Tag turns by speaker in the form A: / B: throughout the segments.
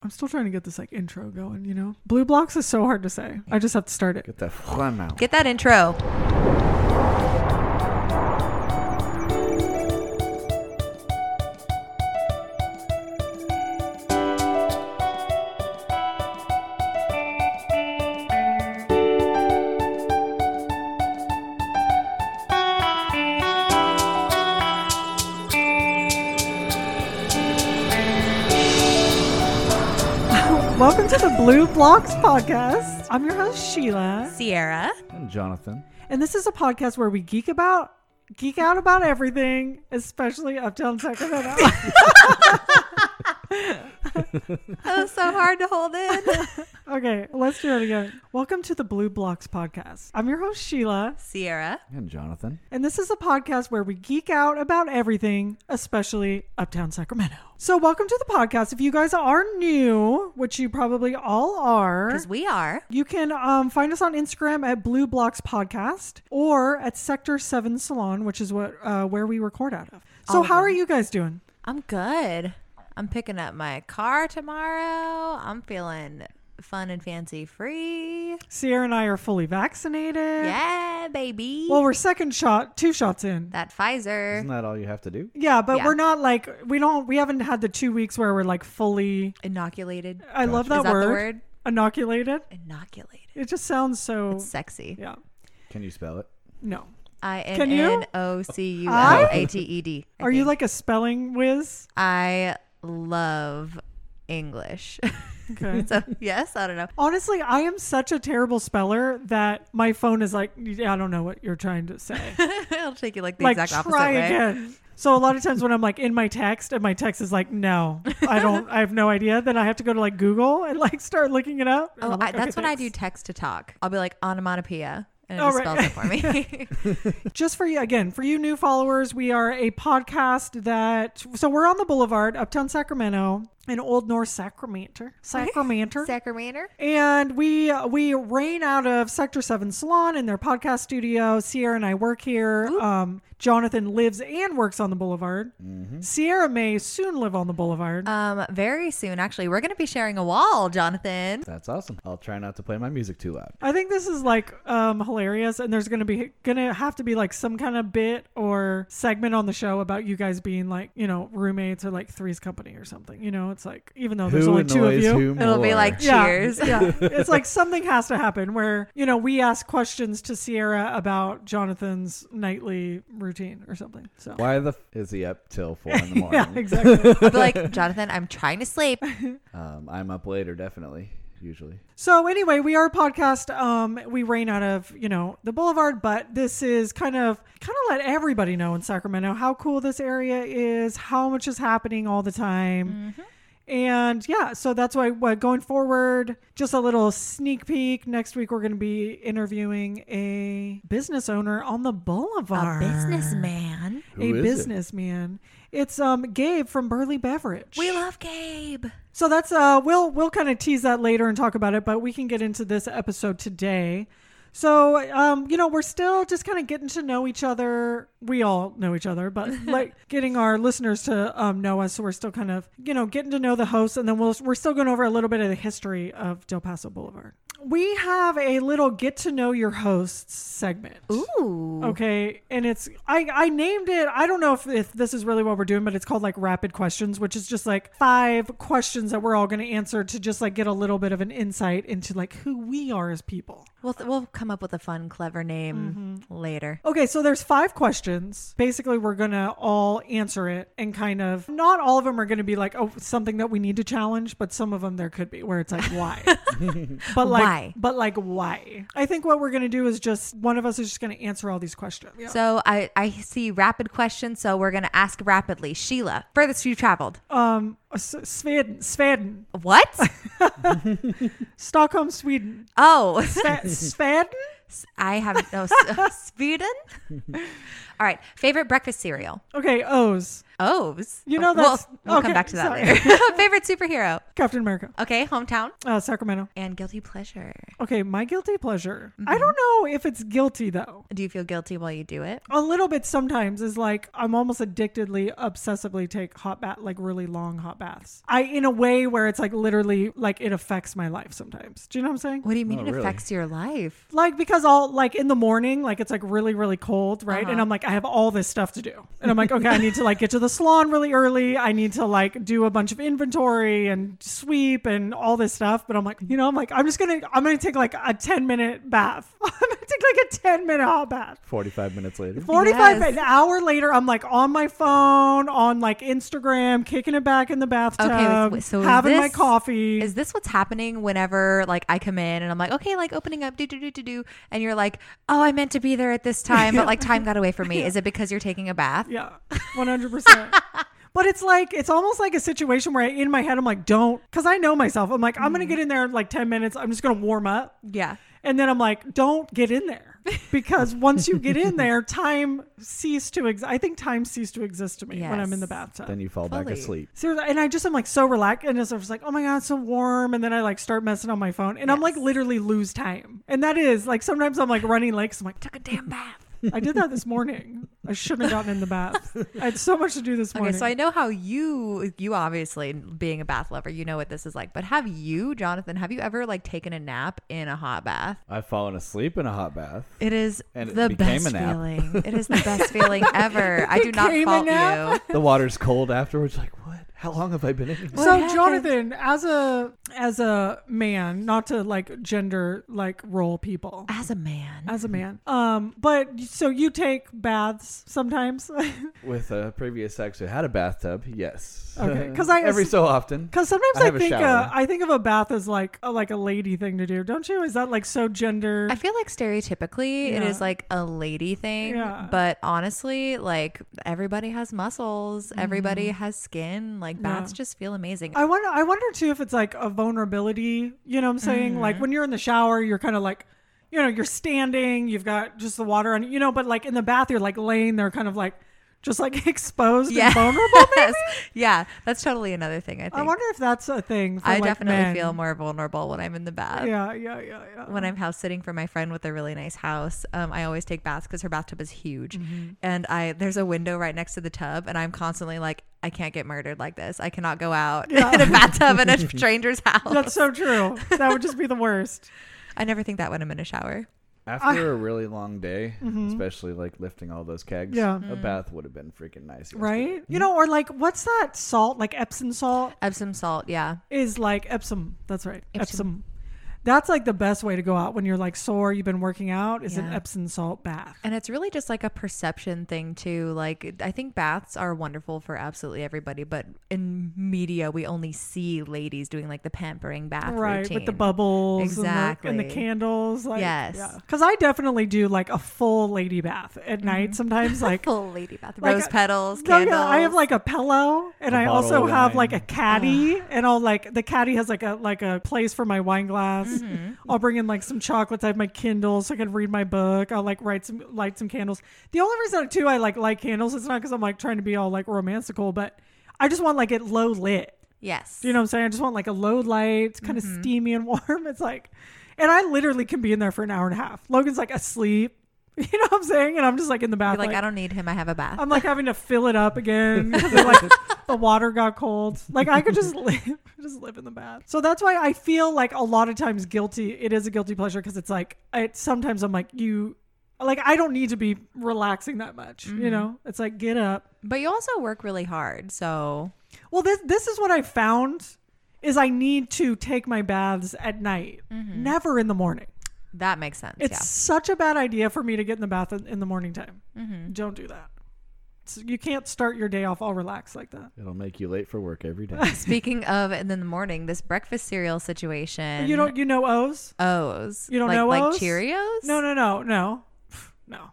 A: I'm still trying to get this like intro going, you know? Blue blocks is so hard to say. I just have to start it.
B: Get that phlegm out.
C: Get that intro.
A: Welcome to the Blue Blocks podcast. I'm your host Sheila,
C: Sierra.
B: and Jonathan.
A: and this is a podcast where we geek about geek out about everything, especially uptown Sacramento.
C: That was so hard to hold in.
A: okay, let's do it again. Welcome to the Blue Blocks podcast. I'm your host Sheila,
C: Sierra.
B: And Jonathan.
A: and this is a podcast where we geek out about everything, especially uptown Sacramento. So, welcome to the podcast. If you guys are new, which you probably all are,
C: Because we are.
A: You can um, find us on Instagram at Blue Blocks Podcast or at Sector Seven Salon, which is what uh, where we record out of. So, how are you guys doing?
C: I'm good. I'm picking up my car tomorrow. I'm feeling fun and fancy free.
A: Sierra and I are fully vaccinated.
C: Yeah, baby.
A: Well, we're second shot, two shots in.
C: that Pfizer.
B: Isn't that all you have to do?
A: Yeah, but
C: Yeah.
A: we're not like we don't we haven't had the two weeks where we're like fully.
C: Inoculated.
A: I love
C: Is
A: that,
C: that the
A: word,
C: word?
A: Inoculated.
C: Inoculated.
A: It just sounds so.
C: Sexy.
A: yeah.
B: Can you spell it?
A: No.
C: I
A: Can
C: N
A: you?
C: N O C U L A T E D. I
A: Are you
C: think.
A: like a spelling whiz?
C: I love English.
A: Okay.
C: so yes, I don't know.
A: Honestly, I am such a terrible speller that my phone is like, I don't know what you're trying to say.
C: It'll take you like the
A: like
C: exact opposite
A: try
C: way.
A: again. So a lot of times when I'm like in my text and my text is like, no, I don't, I have no idea. Then I have to go to like Google and like start looking it up. And
C: Oh,
A: I'm like,
C: I, that's
A: okay,
C: when I do
A: thanks.
C: text to talk. I'll be like onomatopoeia, and it
A: Oh,
C: just
A: right.
C: spells it for me.
A: Just for you again, for you new followers, we are a podcast that so we're on the Boulevard, Uptown Sacramento, in Old North Sacramento, Sacramento.
C: Sacramento.
A: And we we rain out of Sector Seven Salon in their podcast studio. Sierra and I work here. Um, Jonathan lives and works on the Boulevard.
B: Mm-hmm.
A: Sierra may soon live on the Boulevard.
B: Uh,
C: Um, very soon, actually, we're going to be sharing a wall, Jonathan.
B: That's awesome. I'll try not to play my music too loud.
A: I think this is like um, hilarious, and there's gonna be gonna have to be like some kind of bit or segment on the show about you guys being like you know roommates or like Three's Company or something. You know, it's like even though there's
B: who
A: only two of
B: annoys
A: you,
B: who more?
C: It'll be like
A: Yeah,
C: cheers.
A: yeah, it's like something has to happen where you know we ask questions to Sierra about Jonathan's nightly routine or something. So
B: why the f- is he up till four in the
A: yeah,
B: morning?
A: exactly.
C: I'll be like, Jonathan, I'm trying to sleep.
B: um, I'm up later, definitely. Usually.
A: So anyway, we are a podcast. Um, we rain out of you know the Boulevard, but this is kind of kind of let everybody know in Sacramento how cool this area is, how much is happening all the time,
C: Mm-hmm.
A: and yeah. So that's why what, going forward, just a little sneak peek. Next week we're going to be interviewing a business owner on the
C: A
A: Boulevard,
C: businessman.
B: Who
A: a
B: is it?
A: businessman. It's um Gabe from Burley Beverage.
C: We love Gabe.
A: So that's uh we'll we'll kind of tease that later and talk about it, but we can get into this episode today. So um you know, we're still just kind of getting to know each other. We all know each other, but like getting our listeners to um know us, so we're still kind of, you know, getting to know the hosts and then we'll we're still going over a little bit of the history of Del Paso Boulevard. We have a little get to know your hosts segment.
C: Ooh.
A: Okay, and it's I I named it. I don't know if if this is really what we're doing, but it's called like rapid questions, which is just like five questions that we're all going to answer to just like get a little bit of an insight into like who we are as people.
C: We'll, th- we'll come up with a fun, clever name
A: Mm-hmm.
C: later.
A: Okay, so there's five questions. Basically, we're going to all answer it and kind of not all of them are going to be like oh something that we need to challenge, but some of them there could be where it's like why. but like
C: Why?
A: but like why? I think what we're going to do is just one of us is just going to answer all these questions.
C: So I, I see rapid questions, so we're going to ask rapidly. Sheila, furthest you traveled.
A: Um S- Sweden, Sweden.
C: What?
A: Stockholm, Sweden.
C: oh,
A: Sve- Sweden?
C: I have no s- Sweden. All right, favorite breakfast cereal.
A: Okay, O's.
C: Oves.
A: You know
C: Oh, we'll,
A: that's-
C: we'll
A: okay,
C: come back to that
A: sorry.
C: later. Favorite superhero.
A: Captain America,
C: Okay, hometown
A: uh, Sacramento.
C: and guilty pleasure.
A: Okay, my guilty pleasure. I don't know if it's guilty though.
C: Do you feel guilty while you do it?
A: A little bit sometimes is like I'm almost addictedly, obsessively take hot bath, like really long hot baths. I, in a way where it's like literally like it affects my life sometimes. Do you know what I'm saying?
C: What do you mean
B: Oh,
C: it
B: really?
C: affects your life?
A: Like because I'll like in the morning, like it's like really really cold, right?
C: Uh-huh.
A: And I'm like I have all this stuff to do, and I'm like okay, I need to like get to the salon really early. I need to like do a bunch of inventory and sweep and all this stuff. But I'm like you know I'm like I'm just gonna I'm gonna take like a 10 minute bath. I'm gonna take like a 10 minute hot bath.
B: 45 minutes later.
A: 45
C: Yes.
A: an hour later i'm like on my phone on like instagram kicking it back in the bathtub
C: Okay, so is
A: having my
C: this-
A: coffee
C: Is this what's happening whenever like I come in and I'm like, okay, like opening up, do do do do do, and you're like, oh, I meant to be there at this time, but like time got away from me. Is it because you're taking a bath?
A: yeah 100% But it's like it's almost like a situation where I, in my head I'm like, don't, because I know myself. I'm like, I'm gonna get in there in like ten minutes. I'm just gonna warm up,
C: Yeah.
A: and then I'm like, don't get in there, because once you get in there, time ceased to. Ex- I think time ceased to exist to me when I'm in the
C: Yes.
A: bathtub.
B: Then you fall back
C: Fully.
B: asleep.
A: Seriously, and I just am like so relaxed, and it's just like, oh my god, it's so warm, and then I like start messing on my phone, and I'm like
C: Yes.
A: literally lose time, and that is like sometimes I'm like running late, 'cause I'm like,
C: Took a damn bath.
A: I did that this morning. I shouldn't have gotten in the bath. I had so much to do this morning.
C: Okay, so I know how you you obviously being a bath lover, you know what this is like. But have you, Jonathan, have you ever like taken a nap in a hot bath?
B: I've fallen asleep in a hot bath.
C: It is
B: And it
C: the
B: became
C: best
B: a nap.
C: feeling. It is the best feeling ever. I do not
A: Became a
C: fault you.
A: nap?
B: The water's cold afterwards. Like, what? How long have I been in here?
C: What
A: so
C: happened?
A: Jonathan, as a as a man, not to like gender like role people.
C: As a man,
A: As a man, um, but so you take baths sometimes,
B: With a previous sex who had a bathtub, yes.
A: Okay, 'cause I-
B: every so often.
A: because sometimes
B: I
A: I,
B: have a
A: think uh,
B: shower.
A: I think of a bath as like a, like a lady thing to do, don't you? Is that like so gender?
C: I feel like stereotypically it is
A: Yeah.
C: like a lady thing,
A: Yeah.
C: but honestly, like everybody has muscles, everybody has skin. Like baths just feel amazing.
A: I wonder. I wonder too if it's like a vulnerability. You know what I'm saying?
C: Mm.
A: Like when you're in the shower, you're kind of like, you know, you're standing. You've got just the water on. You know, but like in the bath, you're like laying there, kind of like, just like exposed
C: yeah,
A: and vulnerable.
C: Yes. yeah, that's totally another thing. I think
A: I
C: I,
A: wonder if that's a thing. For like
C: definitely
A: men.
C: feel more vulnerable when I'm in the bath.
A: Yeah, yeah, yeah, yeah.
C: when I'm house sitting for my friend with a really nice house, um, I always take baths because her bathtub is huge, and I there's a window right next to the tub, and I'm constantly like, I can't get murdered like this. I cannot go out in a bathtub in a stranger's house.
A: that's so true. That would just be the worst.
C: I never think that when I'm in a shower.
A: Ah.
B: After a really long day, especially like lifting all those kegs,
A: Mm-hmm. Yeah.
B: a bath would have been freaking nice. yesterday.
A: Right? You know, or like, what's that salt? Like Epsom salt
C: Epsom salt, yeah.
A: is like Epsom. That's right. Epsom.
C: Epsom.
A: That's like the best way to go out when you're like sore, you've been working out, is an
C: Yeah.
A: Epsom salt bath.
C: And it's really just like a perception thing too. Like I think baths are wonderful for absolutely everybody, but in media we only see ladies doing like the pampering bath
A: right
C: routine.
A: with the bubbles exactly. and, the,
C: Exactly.
A: candles like
C: Yes.
A: because i definitely do like a full lady bath at
C: Mm-hmm.
A: night sometimes like
C: Full lady bath,
A: like
C: rose
A: a-
C: petals,
A: No, yeah,
C: candles.
A: I have like a pillow, and
B: A
A: I
B: bottle
A: also
B: of
A: have
B: wine.
A: like a caddy, and I'll like the caddy has like a like a place for my wine glass.
B: Mm-hmm.
A: I'll bring in like some chocolates. I have my Kindle, so I can read my book. I'll like write some light some candles. The only reason too I like light candles is not because I'm like trying to be all like romancical, but I just want like it low lit.
C: yes.
A: Do you know what I'm saying? I just want like a low light, kind of
B: Mm-hmm.
A: steamy and warm. It's like, and I literally can be in there for an hour and a half. Logan's like asleep. You know what I'm saying? And I'm just like in the
C: You're
A: bath.
C: like,
A: like, um,
C: I don't need him. I have a bath.
A: I'm like having to fill it up again because like the water got cold. Like I could just live, just live in the bath. So that's why I feel like a lot of times guilty. It is a guilty pleasure because it's like it. Sometimes I'm like you, like I don't need to be relaxing that much. You know, it's like get up,
C: but you also work really hard, so
A: Well, this this is what I found is I need to take my baths at night, never in the morning.
C: that makes sense.
A: It's such a bad idea for me to get in the bath in, in the morning time. Don't do that. It's- you can't start your day off all relaxed like that.
B: It'll make you late for work every day.
C: yeah. Speaking of, and then the morning, this breakfast cereal situation.
A: You don't. You know O's?
C: O's.
A: You don't
C: like,
A: know
C: like
A: O's?
C: Cheerios.
A: No, no, no, no, no,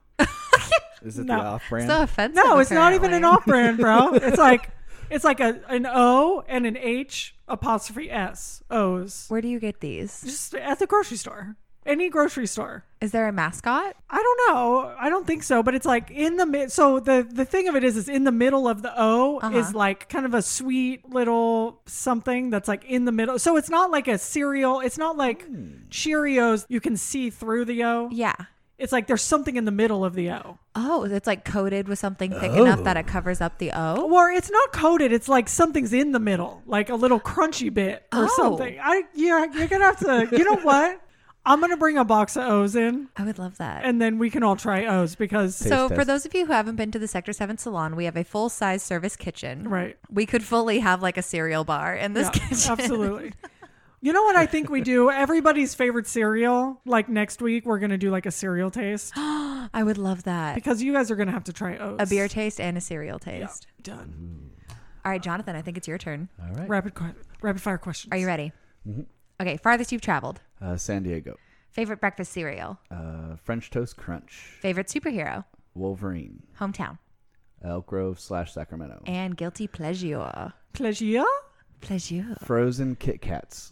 B: Is it
A: No.
B: the off brand?
C: So offensive.
A: no. It's not even an
C: apparently.
A: off-brand, bro. it's like it's like a an O and an H apostrophe S O's.
C: Where do you get these?
A: Just at the grocery store. any grocery store.
C: Is there a mascot?
A: I don't know. I don't think so, but it's like in the mid. So the the thing of it is, is in the middle of the O is like kind of a sweet little something that's like in the middle. So it's not like a cereal. It's not like Cheerios. You can see through the O.
C: Yeah.
A: It's like there's something in the middle of the O.
C: Oh, it's like coated with something thick enough that it covers up the O.
A: Or it's not coated. It's like something's in the middle, like a little crunchy bit or
C: Oh.
A: something. I yeah, you're gonna have to. You know what? I'm gonna bring a box of O's in,
C: I would love that.
A: and then we can all try O's because
C: so, for
B: test.
C: those of you who haven't been to the Sector 7 salon, we have a full size service kitchen.
A: right.
C: We could fully have like a cereal bar in this
A: Yeah,
C: kitchen.
A: Absolutely. You know what I think we do? Everybody's favorite cereal. Like next week, we're gonna do like a cereal taste
C: I would love that.
A: because you guys are gonna have to try O's.
C: A beer taste and a cereal taste.
A: Done.
C: All right, Jonathan, I think it's your turn.
B: All right.
A: Rapid que- rapid fire questions.
C: Are you ready?
A: Mm-hmm.
C: Okay, farthest you've traveled.
B: Uh, San Diego.
C: Favorite breakfast cereal.
B: Uh, French Toast Crunch.
C: Favorite superhero.
B: Wolverine.
C: Hometown.
B: Elk Grove slash Sacramento.
C: And guilty pleasure.
A: Pleasure.
C: Pleasure.
B: Frozen Kit Kats.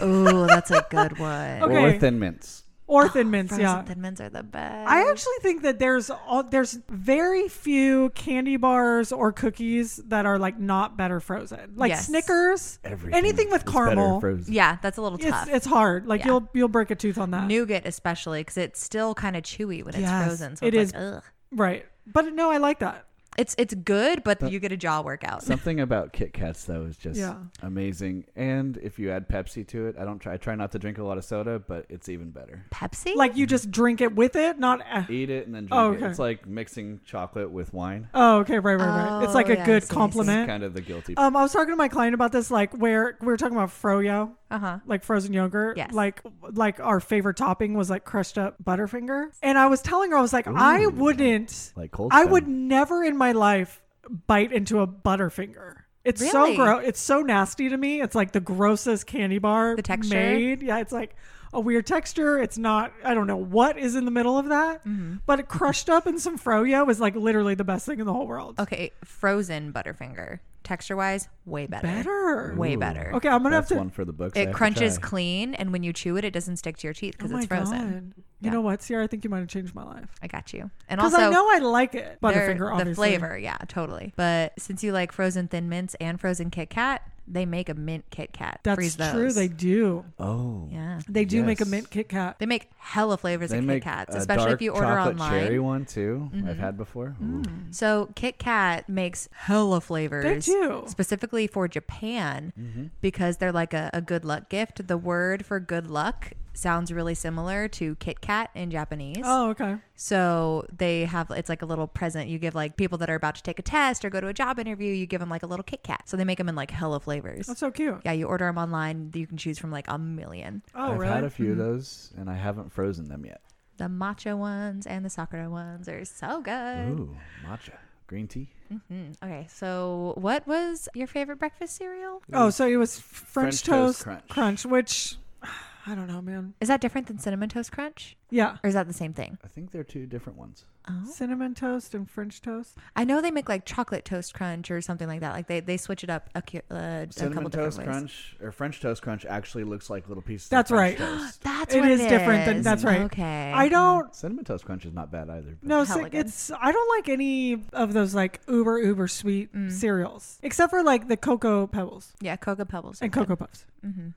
C: Oh, that's a good one.
A: Okay.
B: Or Thin Mints.
A: Or Thin Mints.
C: Frozen
A: Yeah.
C: Thin Mints are the best.
A: I actually think that there's all, there's very few candy bars or cookies that are like not better frozen. Like
C: Yes.
A: Snickers,
B: Everything
A: anything with
B: is better
A: caramel.
B: frozen.
C: yeah, that's a little tough.
A: It's it's hard. Like
C: Yeah.
A: you'll you'll break a tooth on that.
C: Nougat, especially, because it's still kind of chewy when it's
A: Yes,
C: frozen. So
A: it
C: it's
A: is.
C: Like, ugh.
A: right. But no, I like that.
C: It's it's good, but you get a jaw workout.
B: Something about Kit Kats though is just
A: Yeah.
B: amazing. And if you add Pepsi to it, I don't try. I try not to drink a lot of soda, but it's even better.
C: Pepsi.
A: Like you just drink it with it, not eh.
B: Eat it and then drink
A: Oh,
B: it.
A: okay.
B: It's like mixing chocolate with wine.
A: Oh, okay, right, right, right. it's like
C: Oh,
A: a
C: yeah, I see, I
A: good
C: see.
A: compliment.
B: Kind of the guilty.
A: Um, I was talking to my client about this, like where we were talking about froyo,
C: uh huh.
A: like frozen yogurt.
C: Yes.
A: Like, like our favorite topping was like crushed up Butterfinger, and I was telling her, I was like, I wouldn't,
B: like cold.
A: I
B: Stone.
A: would never in my life bite into a Butterfinger. It's so
C: Really?
A: gross. It's so nasty to me. It's like the grossest candy bar.
C: The texture?
A: made. Yeah, it's like a weird texture. It's not. I don't know what is in the middle of that.
C: Mm-hmm.
A: But it crushed up in some froyo is like literally the best thing in the whole world.
C: Okay, frozen Butterfinger. Texture wise, way better.
A: Better.
C: Way better.
A: Okay, I'm gonna
B: That's
A: have to.
B: one for the books. I have
C: It
B: to
C: crunches
B: try.
C: clean, and when you chew it, it doesn't stick to your teeth because
A: Oh
C: it's
A: my
C: frozen.
A: God. You
C: Yeah.
A: know what, Sierra? I think you might have changed my life
C: I got you. And
A: because
C: also,
A: I know I like it.
C: they're-
A: Butterfinger, obviously.
C: the flavor, yeah, totally. But since you like frozen Thin Mints and frozen Kit Kat, they make a mint Kit Kat.
A: That's
C: Freeze those.
A: true. They do.
B: Oh.
C: yeah.
A: They do make a
B: Yes.
A: mint Kit Kat.
C: They make hella flavors
B: They
C: of
B: make
C: Kit Kats,
B: a
C: especially
B: dark
C: if you order
B: chocolate
C: online. Mm-hmm. Mm.
B: Cherry one too. I've had before. Ooh.
C: So Kit Kat makes hella flavors.
A: They do. Mm-hmm.
C: Specifically for Japan because they're like a, a good luck gift. The word for good luck sounds really similar to Kit Kat in Japanese.
A: Oh, okay.
C: So they have it's like a little present you give like people that are about to take a test or go to a job interview, you give them like a little Kit Kat. So they make them in like hella flavors.
A: That's so cute.
C: yeah, you order them online, you can choose from like a million.
A: Oh,
B: I've
A: really?
B: had a few of those and I haven't frozen them yet.
C: The matcha ones and the sakura ones are so good.
B: Ooh, matcha, green tea.
C: Mm, Okay, so what was your favorite breakfast cereal?
A: Oh, so it was French,
B: Mm. French
A: toast,
B: toast crunch.
A: crunch, which I don't know, man.
C: Is that different than cinnamon toast crunch,
A: Yeah.
C: or is that the same thing?
B: I think they're two different ones.
C: Oh,
A: Cinnamon toast and French toast.
C: I know they make like chocolate toast crunch or something like that. Like they, they switch it up a, cu- uh, a couple
B: Cinnamon toast
C: different ways.
B: crunch or French toast crunch actually looks like little pieces.
A: That's
B: of French
A: right.
B: Toast.
C: That's
A: It
C: what
A: is different than-
C: is.
A: that's right.
C: Okay,
A: I don't
B: Cinnamon toast crunch is not bad either. but-
A: no,
C: Hella
A: si-
C: good.
A: it's I don't like any of those like uber uber sweet
C: Mm.
A: cereals except for like the cocoa pebbles
C: Yeah, cocoa pebbles are
A: and
C: good.
A: cocoa puffs.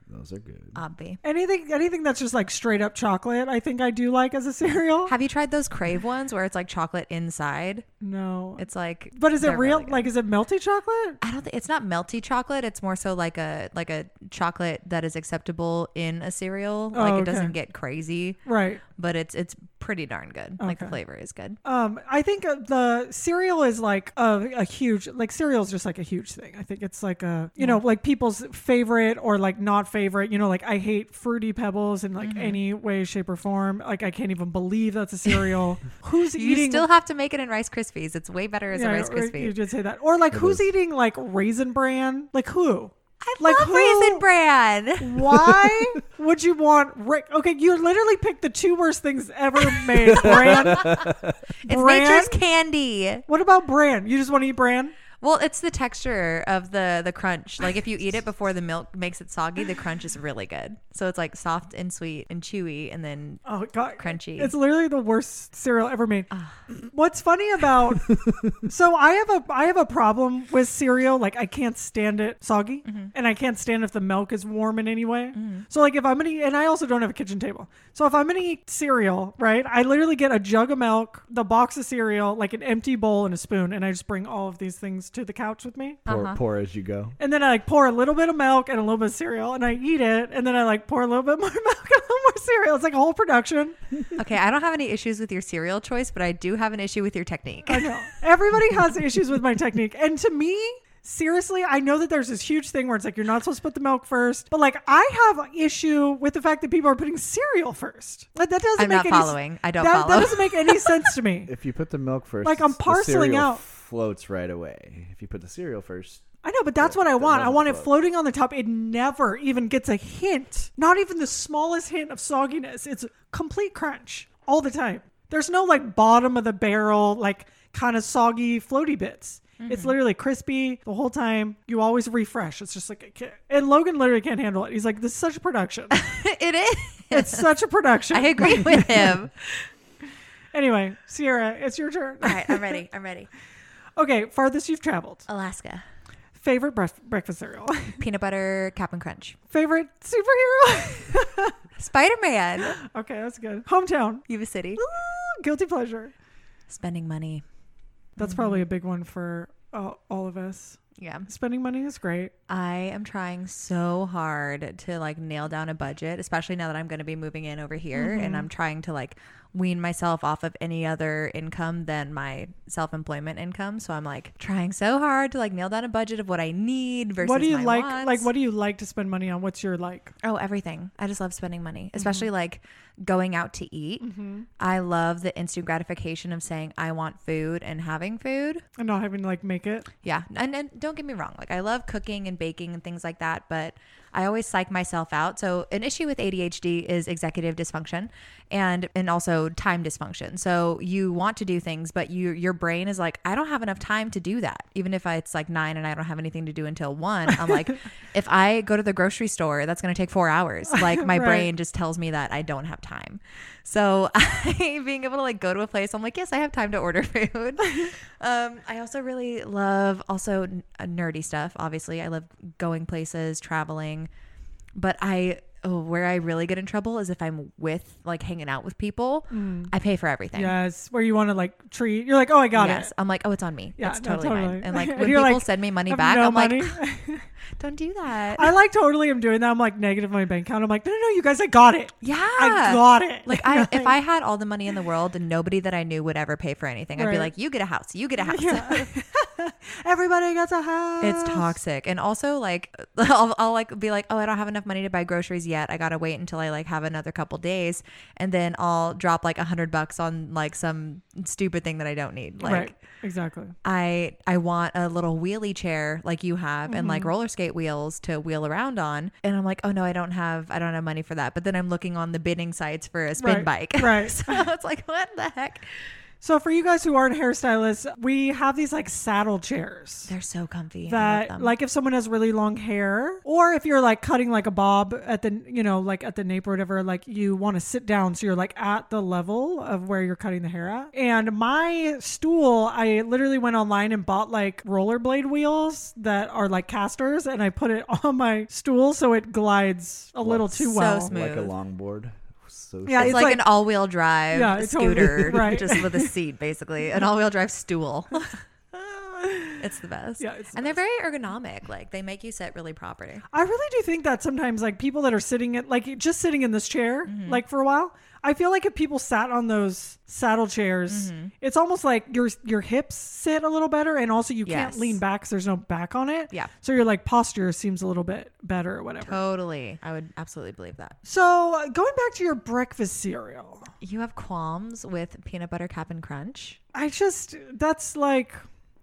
B: those are good.
C: Obvi.
A: Anything anything that's just like straight up chocolate, I think I do like as a cereal.
C: Have you tried those Crave ones where it's like chocolate inside?
A: No,
C: It's like,
A: but is it
C: they're
A: real?
C: really good.
A: like, is it melty chocolate?
C: I don't think it's not melty chocolate. It's more so like a like a chocolate that is acceptable in a cereal. Like
A: Oh,
C: it doesn't
A: okay.
C: get crazy,
A: Right.
C: but it's it's pretty darn good. Like the
A: Okay.
C: flavor is good.
A: Um, I think uh, the cereal is like a, a huge, like cereal is just like a huge thing. I think it's like a, you know, like people's favorite or like not favorite. You know, like I hate fruity pebbles in
C: Mm-hmm.
A: like any way, shape, or form. Like I can't even believe that's a cereal. who's eating?
C: You still have to make it in Rice Krispies. It's way better as
A: Yeah,
C: a Rice
A: or-
C: Krispie.
A: You did say that, or like who's
B: is.
A: eating like raisin bran? Like who?
C: I
A: Like
C: love
A: who-
C: Raisin Bran.
A: Why would you want Rick? Okay, you literally picked the two worst things ever made. Bran.
C: It's
A: Bran?
C: nature's candy.
A: What about bran? You just want to eat bran?
C: Well, it's the texture of the the crunch. Like if you eat it before the milk makes it soggy, the crunch is really good. So it's like soft and sweet and chewy, and then
A: Oh god,
C: Crunchy.
A: It's literally the worst cereal ever made. What's funny about so I have a I have a problem with cereal. Like I can't stand it soggy, and I can't stand if the milk is warm in any way. So like if I'm gonna eat- and I also don't have a kitchen table. So if I'm gonna eat cereal, right, I literally get a jug of milk, the box of cereal, like an empty bowl and a spoon, and I just bring all of these things to the couch with me.
B: Pour,
C: uh-huh.
B: pour as you go.
A: And then I like pour a little bit of milk and a little bit of cereal, and I eat it. And then I like pour a little bit more milk and a little more cereal. It's like a whole production.
C: okay. I don't have any issues with your cereal choice, but I do have an issue with your technique.
A: I know. Everybody has issues with my technique. And to me, seriously, I know that there's this huge thing where it's like you're not supposed to put the milk first, but like I have an issue with the fact that people are putting cereal first. Like that doesn't
C: I'm
A: make
C: not
A: any s-
C: following. I don't
A: that,
C: follow.
A: That doesn't make any sense to me.
B: If you put the milk first,
A: Like, I'm
B: the
A: parceling
B: cereal
A: out.
B: Floats right away. If you put the cereal first,
A: I know, but that's
B: Yeah,
A: what I
B: that
A: want. I
B: doesn't
A: want it
B: float.
A: floating on the top. It never even gets a hint, not even the smallest hint of sogginess. It's complete crunch all the time. There's no like bottom of the barrel, like kind of soggy, floaty bits. It's
C: Mm-hmm.
A: literally crispy the whole time. You always refresh. It's just like, I can't- and Logan literally can't handle it. He's like, this is such a production.
C: it is.
A: it's such a production.
C: I agree with him.
A: anyway, Sierra, it's your turn.
C: All right, I'm ready. I'm ready.
A: Okay, farthest you've traveled.
C: Alaska,
A: Favorite bref- breakfast cereal.
C: peanut butter, Captain Crunch,
A: Favorite superhero.
C: Spider Man,
A: Okay, that's good. Hometown.
C: Yuba City,
A: Ooh, Ah, Guilty pleasure.
C: spending money.
A: That's
C: Mm.
A: probably a big one for uh, all of us.
C: Yeah.
A: Spending money is great.
C: I am trying so hard to like nail down a budget, especially now that I'm going to be moving in over here
A: Mm-hmm.
C: and I'm trying to like wean myself off of any other income than my self-employment income. So I'm like trying so hard to like nail down a budget of what I need versus
A: what do you
C: my
A: like?
C: wants.
A: Like, what do you like to spend money on? What's your like?
C: Oh, everything. I just love spending money,
A: Mm-hmm.
C: especially like going out to eat. I love the instant gratification of saying I want food and having food.
A: And not having to like make it.
C: Yeah. And, and don't get me wrong. Like, I love cooking and baking and things like that, but I always psych myself out. So, an issue with ADHD is executive dysfunction and, and also time dysfunction. So, you want to do things, but you, your brain is like, I don't have enough time to do that. Even if I, it's like nine and I don't have anything to do until one, I'm like, if I go to the grocery store, that's going to take four hours. Like, my
A: Right.
C: brain just tells me that I don't have time. So I being able to like go to a place, I'm like, yes, I have time to order food. um, I also really love also n- uh, nerdy stuff. Obviously, I love going places, traveling, but I. Oh, where I really get in trouble is if I'm with like hanging out with people,
A: Mm.
C: I pay for everything.
A: Yes, where you want to like treat. You're like, oh, I got
C: yes,
A: it.
C: I'm like, oh, it's on me.
A: Yeah,
C: it's
A: no,
C: totally,
A: totally.
C: mine. And like
A: And
C: when
A: you're
C: people
A: like,
C: send me money
A: I have
C: back,
A: no
C: I'm
A: money.
C: like, don't do that.
A: I like totally am doing that. I'm like negative on my bank account. I'm like, no, no, no, you guys, I got it.
C: yeah,
A: I got it.
C: Like I, if I had all the money in the world and nobody that I knew would ever pay for anything, I'd be
A: Right.
C: like, "You get a house, you get a house."
A: Yeah. Everybody gets a house.
C: it's toxic, and also like, I'll, I'll like be like, "Oh, I don't have enough money to buy groceries yet. I gotta wait until I like have another couple days, and then I'll drop like a hundred bucks on like some stupid thing that I don't need." Like,
A: right. Exactly.
C: I I want a little wheelie chair like you have
A: Mm-hmm.
C: and like roller skate wheels to wheel around on. And I'm like, oh no, I don't have I don't have money for that. But then I'm looking on the bidding sites for a spin
A: Right,
C: bike.
A: right.
C: so it's like, what the heck?
A: So for you guys who aren't hairstylists, we have these like saddle chairs.
C: They're so comfy. I love
A: that
C: them.
A: like if someone has really long hair or if you're like cutting like a bob at the you know like at the nape or whatever like you want to sit down so you're like at the level of where you're cutting the hair at and my stool i literally went online and bought like rollerblade wheels that are like casters and i put it on my stool so it glides a little too
C: So
A: well
C: smooth.
B: like a longboard. So
A: Yeah,
C: it's,
A: it's
C: like,
A: like-
C: an all wheel drive
A: Yeah, it totally-
C: scooter
A: right.
C: just with a seat basically. An all wheel drive stool. it's the best.
A: Yeah, it's the
C: and they're very ergonomic. Like they make you sit really proper.
A: I really do think that sometimes, like people that are sitting at, like just sitting in this chair,
C: Mm-hmm.
A: like for a while, I feel like if people sat on those saddle chairs,
C: Mm-hmm.
A: it's almost like your your hips sit a little better, and also you
C: Yes.
A: can't lean back, 'cause there's no back on it.
C: Yeah.
A: so your like posture seems a little bit better or whatever.
C: Totally. I would absolutely believe that.
A: So uh, going back to your breakfast cereal,
C: You have qualms with peanut butter cap and crunch?
A: I just that's like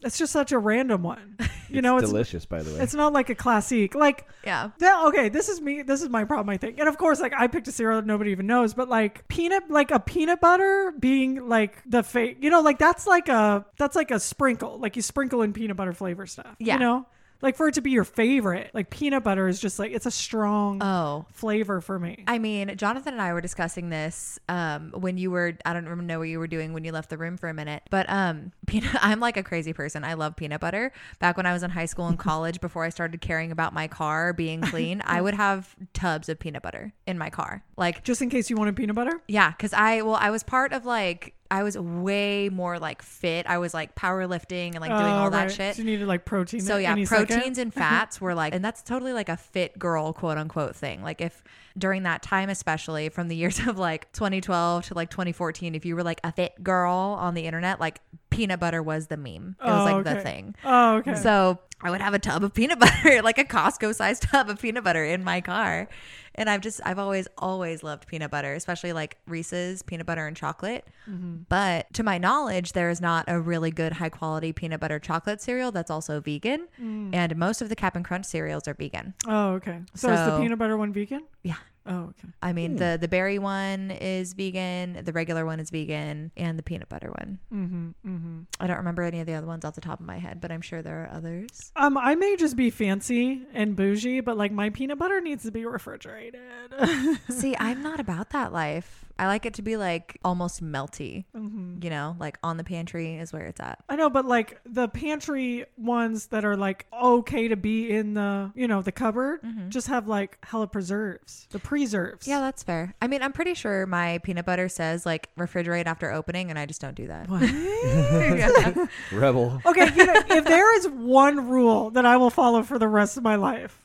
A: It's just such a random one. You know, it's
B: delicious, by the way.
A: it's not like a classique. Like
C: Yeah.
A: that, okay, this is me. This is my problem, I think. And of course, like I picked a cereal that nobody even knows, but like peanut, like a peanut butter being like the fake, you know, like that's like a that's like a sprinkle, like you sprinkle in peanut butter flavor stuff.
C: Yeah.
A: You know, like for it to be your favorite, like peanut butter is just like it's a strong
C: Oh.
A: flavor for me.
C: I mean, Jonathan and I were discussing this um, when you were, I don't remember know what you were doing when you left the room for a minute, but um, peanut, I'm like a crazy person. I love peanut butter. Back when I was in high school and college, before I started caring about my car being clean, I would have tubs of peanut butter in my car. Like,
A: just in case you wanted peanut butter.
C: yeah, because I, well, I was part of like, I was way more like fit. I was like powerlifting and like doing all that
A: Oh, right.
C: shit.
A: So you needed like protein.
C: So
A: at
C: yeah,
A: any second.
C: proteins and fats were like, and that's totally like a fit girl quote unquote thing. Like if during that time, especially from the years of like 2012 to like 2014, if you were like a fit girl on the internet, like peanut butter was the meme. It was
A: Oh,
C: like the
A: okay.
C: thing.
A: Oh, okay.
C: So I would have a tub of peanut butter, like a Costco sized tub of peanut butter in my car. And I've just, I've always, always loved peanut butter, especially like Reese's peanut butter and chocolate.
A: Mm-hmm.
C: But to my knowledge, there is not a really good high quality peanut butter chocolate cereal that's also vegan.
A: Mm.
C: And most of the Cap'n Crunch cereals are vegan.
A: oh, okay. So, is the
C: So-
A: peanut butter one vegan?
C: Yeah.
A: Oh, okay.
C: I mean, the, the berry one is vegan, the regular one is vegan, and the peanut butter one.
A: Mm-hmm, mm-hmm.
C: I don't remember any of the other ones off the top of my head, but I'm sure there are others.
A: Um, I may just be fancy and bougie, but like my peanut butter needs to be refrigerated.
C: See, I'm not about that life. I like it to be like almost melty,
A: Mhm.
C: you know, like on the pantry is where it's at.
A: I know, but like the pantry ones that are like okay to be in the you know the cupboard, just have like hella preserves, the preserves.
C: Mm-hmm. Yeah, that's fair. I mean, I'm pretty sure my peanut butter says like refrigerate after opening, and I just don't do that. Yeah.
B: Rebel.
A: Okay, you know, if there is one rule that I will follow for the rest of my life,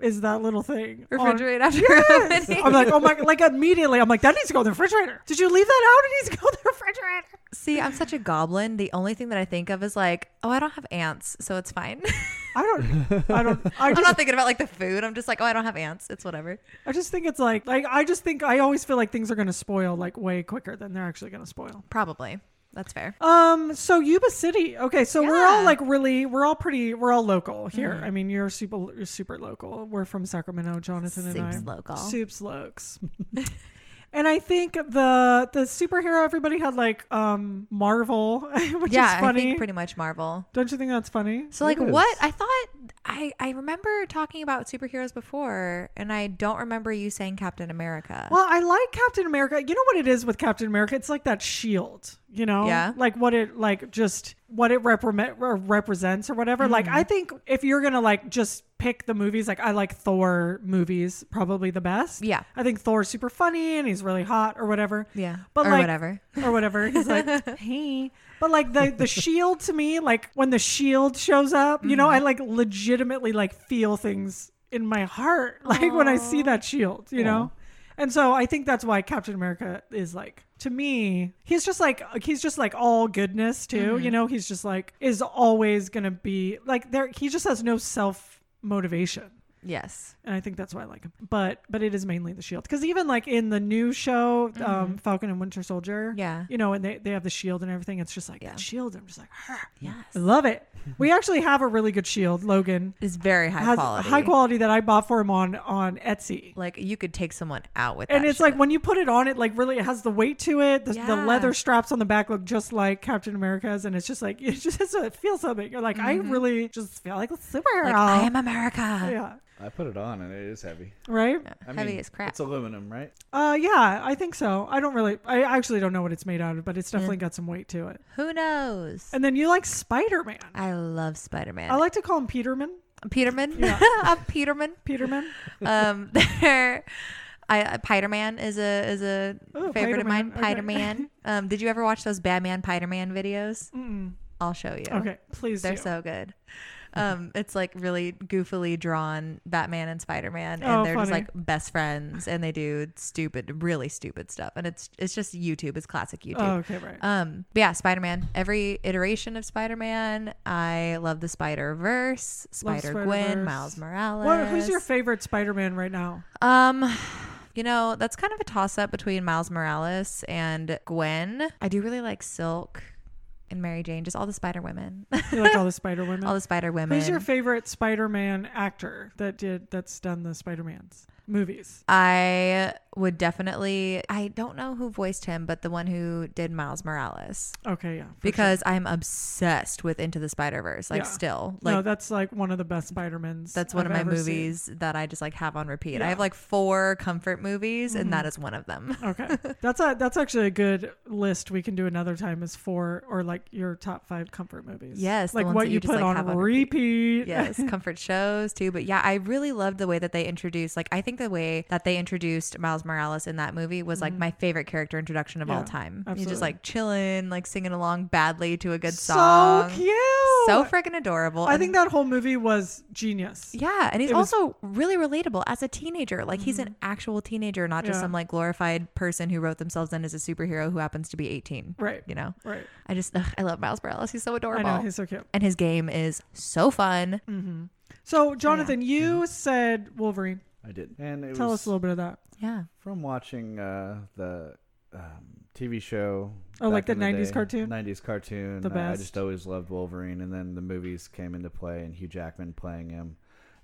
A: is that little thing. on-
C: refrigerate after opening.
A: I'm like, oh my, like immediately, I'm like, that needs to go in the refrigerator. Did you leave that out? It needs to go in the refrigerator.
C: See, I'm such a goblin. The only thing that I think of is like, oh, I don't have ants, so it's fine.
A: I don't, I don't, I
C: I'm
A: just,
C: not thinking about like the food. I'm just like, oh, I don't have ants. It's whatever.
A: I just think it's like, like, I just think I always feel like things are going to spoil like way quicker than they're actually going to spoil.
C: Probably. That's fair.
A: Um, so Yuba City. Okay, so we're all
C: Yeah. Mm.
A: like really, we're all pretty, we're all local here. I mean, you're super, you're super local. We're from Sacramento, Jonathan and I.
C: Soup's local.
A: Soups looks. And I think the the superhero everybody had like um Marvel, which
C: yeah,
A: is
C: I
A: funny.
C: think pretty much Marvel.
A: Don't you think that's funny?
C: So
B: It
C: like what?
B: is.
C: I thought I I remember talking about superheroes before and I don't remember you saying Captain America.
A: Well, I like Captain America. You know what it is with Captain America? It's like that shield, you know?
C: Yeah.
A: Like what it, like just what it repre- or represents or whatever. Like,
C: Mm.
A: I think if you're going to like just pick the movies, like I like Thor movies probably the best.
C: Yeah.
A: I think Thor's super funny and he's really hot or whatever.
C: yeah.
A: But
C: or
A: like,
C: whatever.
A: or whatever. He's like, hey. But like the the shield to me, like when the shield shows up, you know, I like legitimately like feel things in my heart, like when I see that shield, you know. And so I think that's why Captain America is like to me, he's just like he's just like all goodness too, you know. He's just like is always gonna be like there. He just has no self motivation
C: Yes.
A: and I think that's why I like him. But but it is mainly the shield because even like in the new show, um, Falcon and Winter Soldier,
C: Mm-hmm. Yeah.
A: you know, and they they have the shield and everything. It's just like
C: Yeah.
A: that shield. I'm just like, "Ah,
C: Yes.
A: I love it. we actually have a really good shield. Logan
C: It's very high
A: has
C: quality.
A: high quality that I bought for him on on Etsy.
C: Like you could take someone out with
A: And
C: that
A: it's like
C: shit.
A: when you put it on, it like really it has the weight to it. The, the
C: Yeah.
A: leather straps on the back look just like Captain America's, and it's just like it just it feels something. You're like, I really just feel like a superhero.
C: Mm-hmm. like I am America.
A: yeah,
B: I put it on and it is heavy.
A: right.
B: I
C: Uh, Heavy
B: mean,
C: as crap.
B: It's aluminum, right?
A: Uh, yeah, I think so. I don't really, I actually don't know what it's made out of, but it's definitely got some weight to it.
C: Who knows?
A: And then you like Spider Man.
C: I love Spider-Man.
A: I like to call him Peterman.
C: Peterman.
A: Yeah.
C: I'm Peterman.
A: Peterman.
C: um there I Spider Man is a is a
A: Oh,
C: favorite of mine. Spider
A: Spider-Man, okay.
C: Man. Um did you ever watch those Batman Spider Man videos?
A: Mm-mm.
C: I'll show you.
A: Okay, please.
C: They're
A: do.
C: so good.
A: Mm-hmm.
C: Um it's like really goofily drawn Batman and Spider Man and
A: Oh,
C: they're just
A: funny.
C: like best friends and they do stupid really stupid stuff and it's it's just YouTube, it's classic YouTube.
A: Oh, okay, right.
C: Um, but yeah, Spider Man. Every iteration of Spider Man. I love the Spider Verse, Spider Gwen,
A: Spider-Verse.
C: Miles Morales.
A: What, who's your favorite Spider Man right now?
C: Um, you know, that's kind of a toss up between Miles Morales and Gwen. I do really like Silk and Mary Jane, just all the Spider Women,
A: You like all the Spider Women?
C: all the Spider Women.
A: Who's your favorite Spider Man actor that did that's done the Spider Man's movies?
C: I would definitely. I don't know who voiced him, but the one who did Miles Morales,
A: Okay, yeah. for
C: because I'm obsessed with Into the Spider Verse. Like
A: Yeah.
C: still,
A: sure.
C: like
A: no, that's like one of the best Spider Mans.
C: that's one of my movies that I just like have on repeat. I
A: Yeah. Mm-hmm.
C: have like four comfort movies, and that is one of them.
A: okay, that's a that's actually a good list we can do another time. Is four or like your top five comfort movies?
C: Yes, the
A: like
C: ones
A: what
C: that
A: you,
C: you just,
A: put
C: like,
A: on
C: have on
A: repeat.
C: yes, comfort shows too. But yeah, I really loved the way that they introduced. Like, I think the way that they introduced Miles Morales in that movie was like my favorite character introduction of
A: Mm-hmm. Yeah,
C: all time. He's
A: absolutely.
C: just like chilling, like singing along badly to a good
A: so
C: song.
A: cute.
C: So freaking adorable.
A: I
C: And-
A: think that whole movie was genius.
C: Yeah, and he's
A: It was- Mm-hmm.
C: also really relatable as a teenager. Like he's an actual teenager, not just
A: Yeah.
C: some like glorified person who wrote themselves in as a superhero who happens to be 18.
A: Right.
C: You know,
A: Right.
C: I just ugh, I love Miles Morales. He's so adorable,
A: I know he's so cute.
C: and his game is so fun.
A: So Jonathan, you said Wolverine.
B: I did. And Mm-hmm. it
A: Tell
B: was
A: us a little bit of that.
C: Yeah,
B: from watching uh, the um, TV show.
A: Oh, like
B: back
A: the
B: in
A: 90s
B: day.
A: cartoon?
B: 90s cartoon.
A: The
B: I- I
A: best.
B: just always loved Wolverine. And then the movies came into play, and Hugh Jackman playing him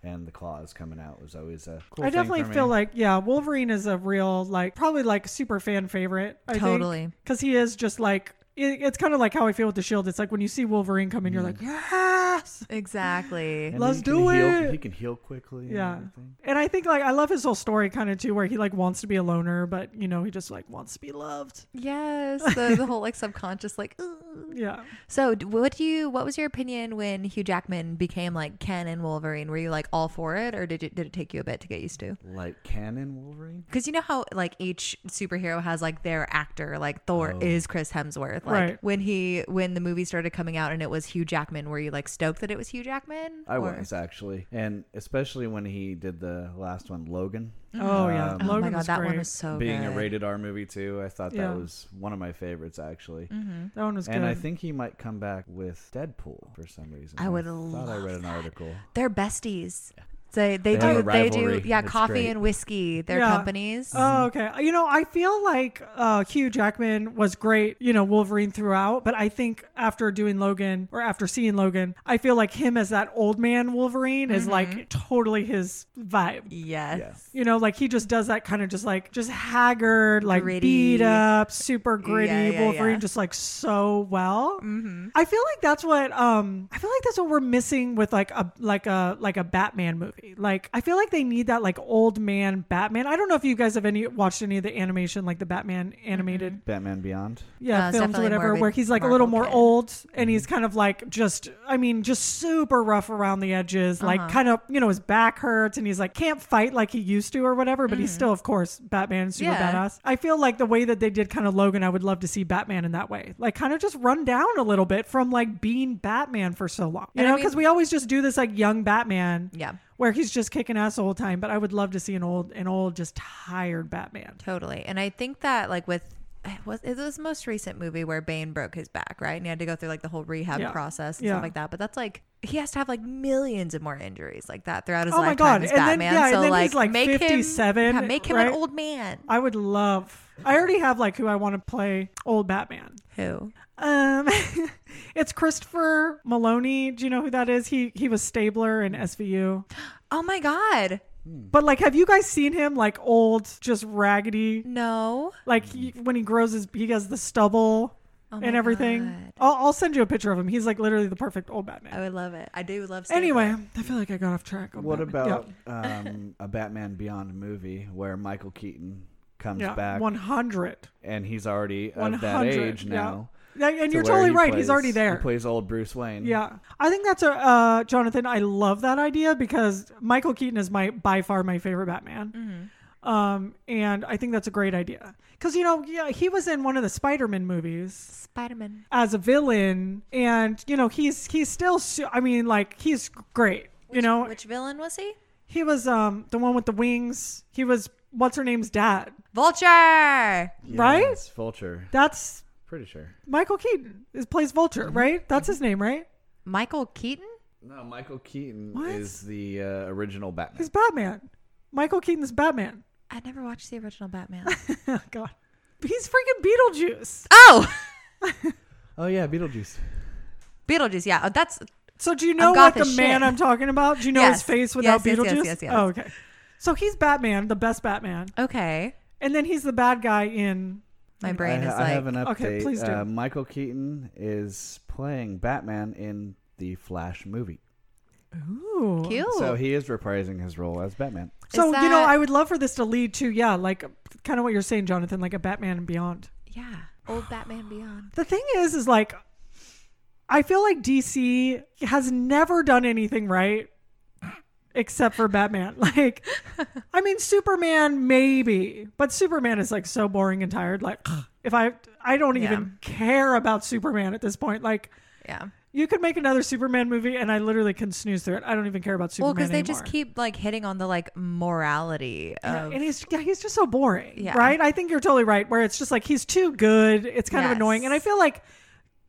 B: and the claws coming out was always a cool
A: I
B: thing
A: definitely
B: for
A: feel
B: me.
A: like yeah, Wolverine is a real like probably like super fan favorite. I
C: Totally.
A: because he is just like it, it's kind of like how I feel with the Shield. It's like when you see Wolverine come in, you're like
C: Mm.
A: yes.
C: exactly.
B: And
A: Let's
B: he
A: do
B: can heal-
A: it!
B: He can heal quickly. and
A: Yeah.
B: everything.
A: And I think like I love his whole story kind of too, where he like wants to be a loner, but you know he just like wants to be loved.
C: Yes, the, the whole like subconscious like. "Ugh."
A: Yeah.
C: So, d- what do you? What was your opinion when Hugh Jackman became like Ken and Wolverine? Were you like all for it, or did it did it take you a bit to get used to?
B: Like canon Wolverine?
C: Because you know how like each superhero has like their actor. Like
B: Oh.
C: Thor is Chris Hemsworth. Like
A: Right.
C: when he when the movie started coming out and it was Hugh Jackman, were you like stoked that it was Hugh Jackman?
B: I
C: Or-
B: was actually. And especially when he did the last one, Logan.
A: Oh yeah.
B: Um,
C: Oh
A: Logan
C: my god,
A: was
C: that
A: great.
C: one was so
B: being a
C: good.
B: rated R movie too. I thought that
A: Yeah.
B: was one of my favorites actually.
A: that one was
B: And
A: good.
B: I think he might come back with Deadpool for some reason.
C: I would
B: thought I
C: love
B: read an article.
C: They're besties. They they,
B: They have
C: do
B: a
C: they do
B: rivalry.
C: yeah
B: It's
C: coffee
B: great.
C: and whiskey. Their
A: Yeah.
C: companies.
A: Oh, okay. You know, I feel like uh, Hugh Jackman was great, you know, Wolverine throughout, but I think after doing Logan or after seeing Logan, I feel like him as that old man Wolverine is
C: Mm-hmm.
A: like totally his vibe.
C: yes.
B: Yeah.
A: You know, like he just does that kind of just like just haggard, like
C: Gritty.
A: beat up, super gritty
C: Yeah, yeah,
A: Wolverine,
C: yeah.
A: just like so well. Mm-hmm. I feel like that's what um I feel like that's what we're missing with like a like a like a Batman movie. Like I feel like they need that like old man Batman. I don't know if you guys have any watched any of the animation like the Batman
C: Mm-hmm.
A: animated
B: Batman Beyond.
A: yeah,
C: No, it's
A: films or
C: Uh, definitely more
A: whatever,
C: of a
A: where he's like a little
C: Marvel
A: more
C: kid.
A: old and he's kind of like just, I mean, just super rough around the edges, like
C: Uh-huh.
A: kind of, you know, his back hurts and he's like can't fight like he used to or whatever, but he's still, of course, Batman, super
C: Mm-hmm. Yeah.
A: badass. I feel like the way that they did kind of Logan, I would love to see Batman in that way, like kind of just run down a little bit from like being Batman for so long, you
C: And I
A: know,
C: mean-
A: because we always just do this like young Batman.
C: Yeah.
A: Where he's just kicking ass the whole time, but I would love to see an old, an old, just tired Batman.
C: Totally. And I think that like with it was it was the most recent movie where Bane broke his back, right? And he had to go through like the whole rehab
A: Yeah.
C: process and
A: Yeah.
C: stuff like that. But that's like he has to have like millions of more injuries like that throughout his
A: Oh my God.
C: lifetime as
A: And then-
C: Batman.
A: yeah, and
C: so
A: then
C: like,
A: he's, like,
C: make him
A: 57,
C: yeah, make him
A: right?
C: an old man.
A: I would love. I already have like who I want to play old Batman.
C: Who?
A: Um, it's Christopher Maloney. Do you know who that is? He he was Stabler in SVU.
C: Oh my god.
A: But like, have you guys seen him like old, just raggedy?
C: No.
A: Like he, when he grows his, he has the stubble
C: Oh my
A: and everything.
C: God.
A: I'll, I'll send you a picture of him. He's like literally the perfect old Batman.
C: I would love it. I do love Stabler.
A: anyway, I feel like I got off track. on
B: What
A: Batman.
B: about um, a Batman Beyond movie where Michael Keaton comes
A: yeah, yeah,
B: back
A: one hundred?
B: and he's already of that
A: 100,
B: age
A: yeah.
B: now?
A: Yeah, and
B: to
A: you're
B: where
A: totally
B: he
A: right.
B: plays-
A: He's already there.
B: He plays old Bruce Wayne.
A: Yeah. I think that's a uh, Jonathan. I love that idea because Michael Keaton is my by far my favorite Batman. Um, and I think that's a great idea because you know, yeah, he was in one of the Spider-Man movies
C: Spider Man.
A: as a villain, and you know, he's he's still. Su- I mean, like he's great. You know,
C: Which villain was he?
A: he was um the one with the wings. He was what's her name's dad,
C: Vulture.
B: Yeah,
A: Right?
B: it's Vulture.
A: That's
B: Pretty sure.
A: Michael Keaton. Is plays Vulture, right? That's his name, right?
C: Michael Keaton?
B: No, Michael Keaton
A: What?
B: is the uh, original Batman.
A: He's Batman. Michael Keaton's Batman.
C: I never watched the
A: Oh,
C: original Batman.
A: God. He's freaking Beetlejuice.
C: oh!
B: Oh yeah, Beetlejuice.
C: Beetlejuice, yeah. Oh, that's
A: So do you know
C: goth
A: what the
C: as
A: man
C: shit.
A: I'm talking about? Do you know his
C: Yes.
A: face without
C: Yes, yes,
A: Beetlejuice?
C: yes, yes, yes.
A: Oh, okay. So he's Batman, the best Batman,
C: okay.
A: and then he's the bad guy in.
C: My
B: I,
C: brain
B: ha-
C: is
B: I have
C: like
B: an update.
A: Okay, please do.
B: Uh, Michael Keaton is playing Batman in the Flash movie,
A: Ooh.
C: cute.
B: so he is reprising his role as Batman.
A: So
C: Is
A: you know,
C: that-
A: I would love for this to lead to yeah, like kind of what you're saying, Jonathan, like a Batman and Beyond.
C: yeah. Old Batman Beyond.
A: The thing is, is like, I feel like DC has never done anything right except for Batman. Like, I mean, Superman maybe, but Superman is like so boring and tired. Like, if I, I don't
C: Yeah.
A: even care about Superman at this point. Like,
C: Yeah.
A: you could make another Superman movie, and I literally can snooze through it. I don't even care about
C: Well,
A: Superman.
C: because they just
A: anymore.
C: keep like hitting on the like morality
A: Yeah,
C: of
A: and he's yeah, he's just so boring,
C: Yeah.
A: right? I think you're totally right. Where it's just like he's too good. It's kind of
C: Yes.
A: annoying, and I feel like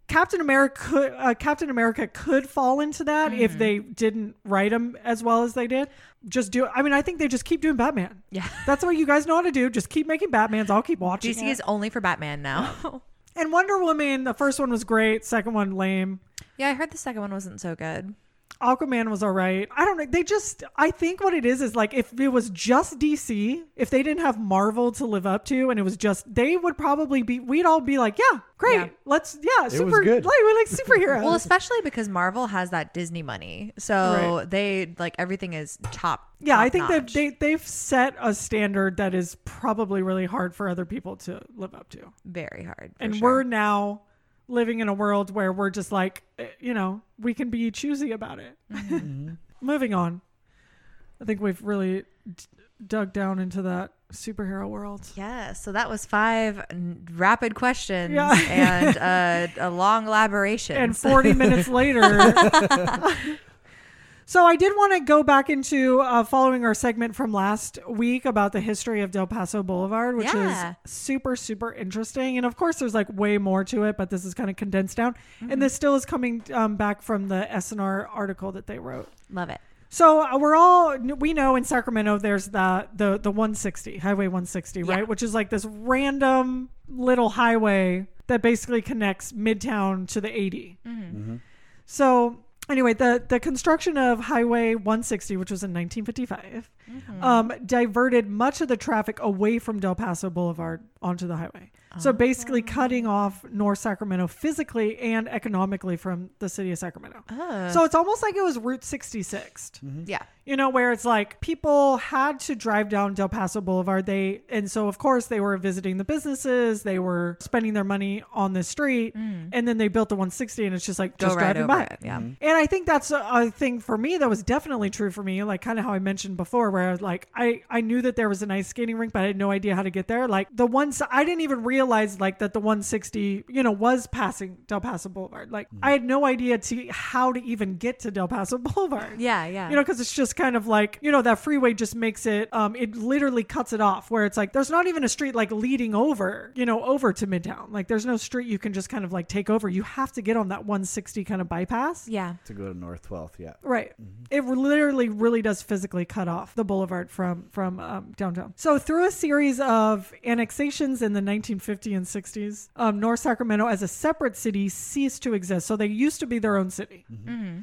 A: Captain America, could- uh, Captain America could fall into that
C: Mm-hmm.
A: if they didn't write him as well as they did. Just do. I mean, I think they just keep doing Batman.
C: yeah.
A: That's what you guys know how to do. Just keep making Batmans. I'll keep watching.
C: DC
A: it.
C: is only for Batman now.
A: and Wonder Woman. The first one was great. Second one lame.
C: yeah, I heard the second one wasn't so good.
A: Aquaman was all right. I don't know. They just, I think what it is is like if it was just DC, if they didn't have Marvel to live up to, and it was just, they would probably be, we'd all be like, yeah, great.
C: Yeah.
A: Let's, yeah,
B: was
A: super,
B: good.
A: Like, we like superheroes.
C: Well, especially because Marvel has that Disney money, so they like everything is top.
A: yeah, I
C: top
A: think
C: notch.
A: they've, they, they've set a standard that is probably really hard for other people to live up to.
C: very hard. for
A: And
C: sure.
A: we're now living in a world where we're just like, eh, you know, we can be choosy about it.
C: Mm-hmm.
A: Moving on. I think we've really d- dug down into that superhero world.
C: Yeah, so that was five n- rapid questions
A: Yeah.
C: and uh, a long elaboration.
A: And 40 minutes later. so I did want to go back into uh, following our segment from last week about the history of Del Paso Boulevard, which
C: Yeah.
A: is super, super interesting. And of course, there's like way more to it, but this is kind of condensed down. And this still is coming um, back from the SNR article that they wrote.
C: Love it.
A: So uh, we're all we know in Sacramento there's the the the 160 Highway 160
C: Yeah.
A: right which is like this random little highway that basically connects Midtown to the 80. So anyway the the construction of Highway 160 which was in 1955 um, diverted much of the traffic away from Del Paso Boulevard onto the highway. So basically cutting off North Sacramento physically and economically from the city of Sacramento. So it's almost like it was Route 66,
B: Mm-hmm.
C: Yeah.
A: you know, where it's like people had to drive down Del Paso Boulevard. They, and so of course they were visiting the businesses, they were spending their money on the street, and then they built the 160 and it's just like
C: Mm. Go
A: just
C: right
A: driving
C: over
A: by.
C: it. Yeah.
B: Mm-hmm.
A: And I think that's a, a thing for me that was definitely true for me, like kind of how I mentioned before, where I was like, I, I knew that there was an ice skating rink, but I had no idea how to get there. Like the one, I didn't even realize like that the 160, you know, was passing Del Paso Boulevard.
C: Mm.
A: Like I had no idea to how to even get to Del Paso Boulevard.
C: Yeah. Yeah.
A: You know, because it's just kind of like, you know, that freeway just makes it, um, it literally cuts it off where it's like, there's not even a street like leading over, you know, over to Midtown. Like there's no street you can just kind of like take over. You have to get on that 160 kind of bypass.
C: yeah.
B: To go to North 12th, yeah.
A: Right. It literally really does physically cut off the boulevard from from um, downtown. So through a series of annexations in the 1950s and 60s, um, North Sacramento as a separate city ceased to exist. So they used to be their own city.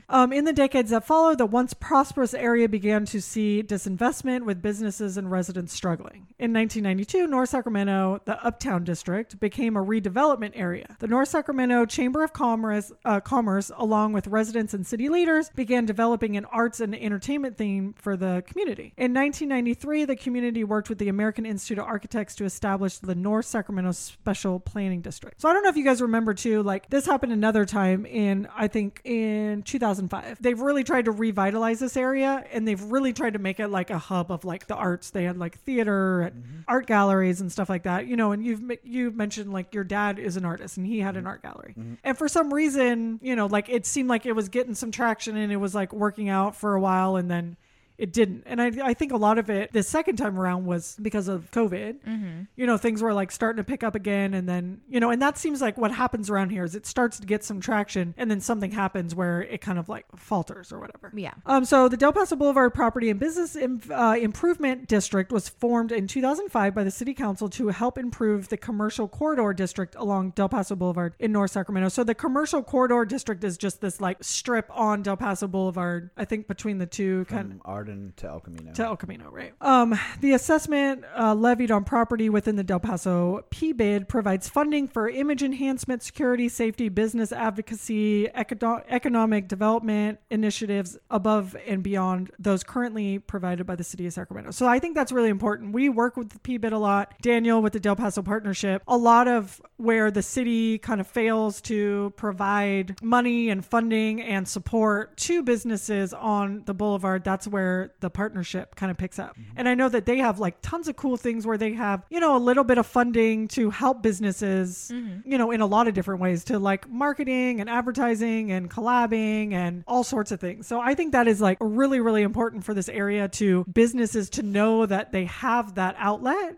A: Um, in the decades that followed, the once prosperous area began to see disinvestment with businesses and residents struggling. In 1992, North Sacramento, the Uptown District, became a redevelopment area. The North Sacramento Chamber of Commerce, uh, Commerce along with residents and city leaders, began developing an arts and entertainment theme for the community. In 1993, the community worked with the American Institute of Architects to establish the North Sacramento Special Planning District. So I don't know if you guys remember too, like this happened another time in, I think, in 2005. They've really tried to revitalize this area and they've really tried to make it like a hub of like the arts. They had like theater and art galleries and stuff like that, you know. And you've m- you mentioned like your dad is an artist and he had an art gallery. And for some reason, you know, like it seemed like it was getting some traction and it was like working out for a while and then it didn't. And I, I think a lot of it the second time around was because of COVID. You know, things were like starting to pick up again. And then, you know, and that seems like what happens around here is it starts to get some traction and then something happens where it kind of like falters or whatever.
C: Yeah.
A: Um, so the Del Paso Boulevard Property and Business Im- uh, Improvement District was formed in 2005 by the City Council to help improve the commercial corridor district along Del Paso Boulevard in North Sacramento. So the commercial corridor district is just this like strip on Del Paso Boulevard, I think between the two kind
B: From Arden to El Camino.
A: to El Camino, right? Um, the assessment uh, levied on property within the Del Paso P bid provides funding for image enhancement, security, safety, business advocacy, econo- economic development initiatives above and beyond those currently provided by the City of Sacramento. So I think that's really important. We work with the P bid a lot. Daniel with the Del Paso Partnership. A lot of where the city kind of fails to provide money and funding and support to businesses on the boulevard, that's where the partnership kind of picks up. And I know that they have like tons of cool things where they have, you know, a little bit of funding to help businesses, you know, in a lot of different ways to like marketing and advertising and collabing and all sorts of things. So I think that is like really, really important for this area to businesses to know that they have that outlet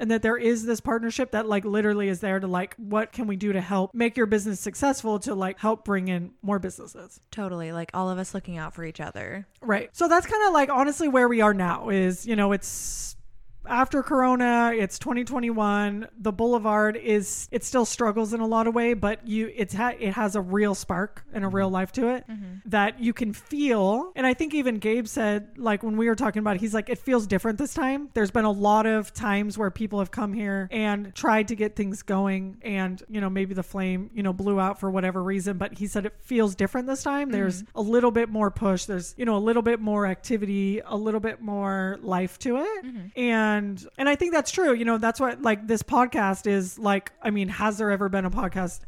A: and that there is this partnership that like literally is there to like what can we do to help make your business successful to like help bring in more businesses
C: Totally. Like all of us looking out for each other.
A: right so that's kind of like honestly where we are now is you know it's after corona it's 2021 the boulevard is it still struggles in a lot of way but you it's ha- it has a real spark and a real life to it that you can feel and i think even gabe said like when we were talking about it, he's like it feels different this time there's been a lot of times where people have come here and tried to get things going and you know maybe the flame you know blew out for whatever reason but he said it feels different this time there's a little bit more push there's you know a little bit more activity a little bit more life to it and and i think that's true you know that's what like this podcast is like i mean has there ever been a podcast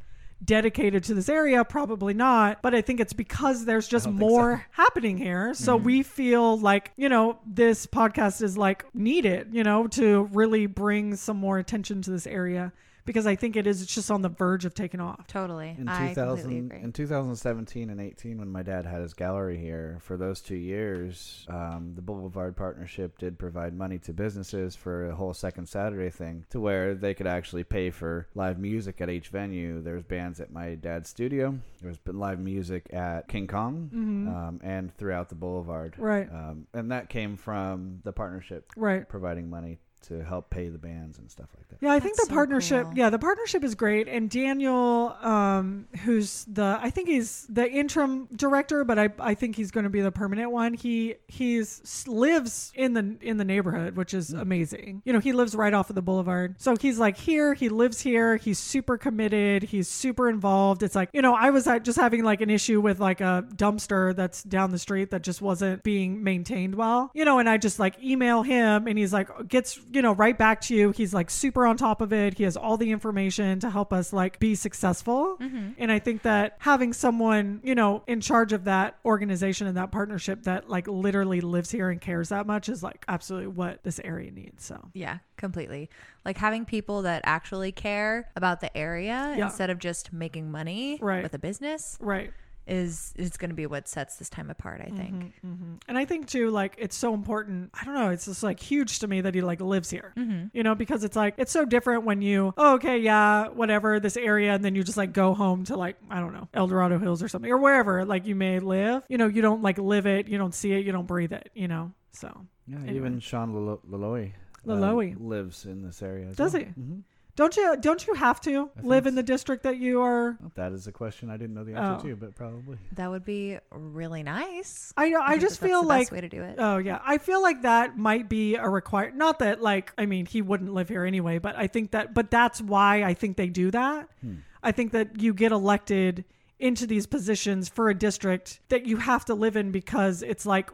A: dedicated to this area probably not but i think it's because there's just
B: don't think Mm-hmm.
A: more happening here so we feel like you know this podcast is like needed you know to really bring some more attention to this area because i think it is it's just on the verge of taking off
C: Totally.
B: in
C: I
B: 2000
C: completely agree.
B: in 2017 and 18 when my dad had his gallery here for those two years um, the boulevard partnership did provide money to businesses for a whole second saturday thing to where they could actually pay for live music at each venue there's bands at my dad's studio there's been live music at king kong
C: Mm-hmm.
B: um, and throughout the boulevard
A: Right.
B: um, and that came from the partnership
A: right
B: providing money to help pay the bands and stuff like that
A: Yeah, I think the
C: That's so
A: partnership.
C: cool.
A: Yeah, the partnership is great. And Daniel, um, who's the I think he's the interim director, but I, I think he's going to be the permanent one. He he's lives in the in the neighborhood, which is amazing. You know, he lives right off of the boulevard, so he's like here. He lives here. He's super committed. He's super involved. It's like you know, I was like, just having like an issue with like a dumpster that's down the street that just wasn't being maintained well, you know, and I just like email him and he's like gets, you know, right back to you. He's like super on top of it. He has all the information to help us like be successful. And I think that having someone, you know, in charge of that organization and that partnership that like literally lives here and cares that much is like absolutely what this area needs. So
C: Yeah, completely. Like having people that actually care about the area
A: Yeah.
C: instead of just making money
A: Right.
C: with a business
A: right.
C: is is going to be what sets this time apart, I think.
A: And I think too, like it's so important. I don't know. It's just like huge to me that he like lives here.
C: Mm-hmm.
A: You know, because it's like it's so different when you, oh, okay, yeah, whatever, this area, and then you just like go home to like I don't know, El Dorado Hills or something or wherever like you may live. You know, you don't like live it, you don't see it, you don't breathe it. You know, so
B: Yeah,
A: Anyway.
B: even Sean Lalo- Laloy. uh,
A: Laloy.
B: lives in this area. as
A: Does
B: well.
A: he?
B: hmm
A: don't you don't you have to
B: I
A: live
B: think
A: in the district that you are?
B: That is a question I didn't know the answer
A: Oh.
B: to, but probably.
C: That would be really nice.
A: I I
C: think
A: just
C: that that's
A: feel
C: the
A: like
C: best way to do it.
A: Oh yeah, I feel like that might be a required. Not that like I mean he wouldn't live here anyway, but I think that but that's why I think they do that.
B: Hmm.
A: I think that you get elected into these positions for a district that you have to live in because it's like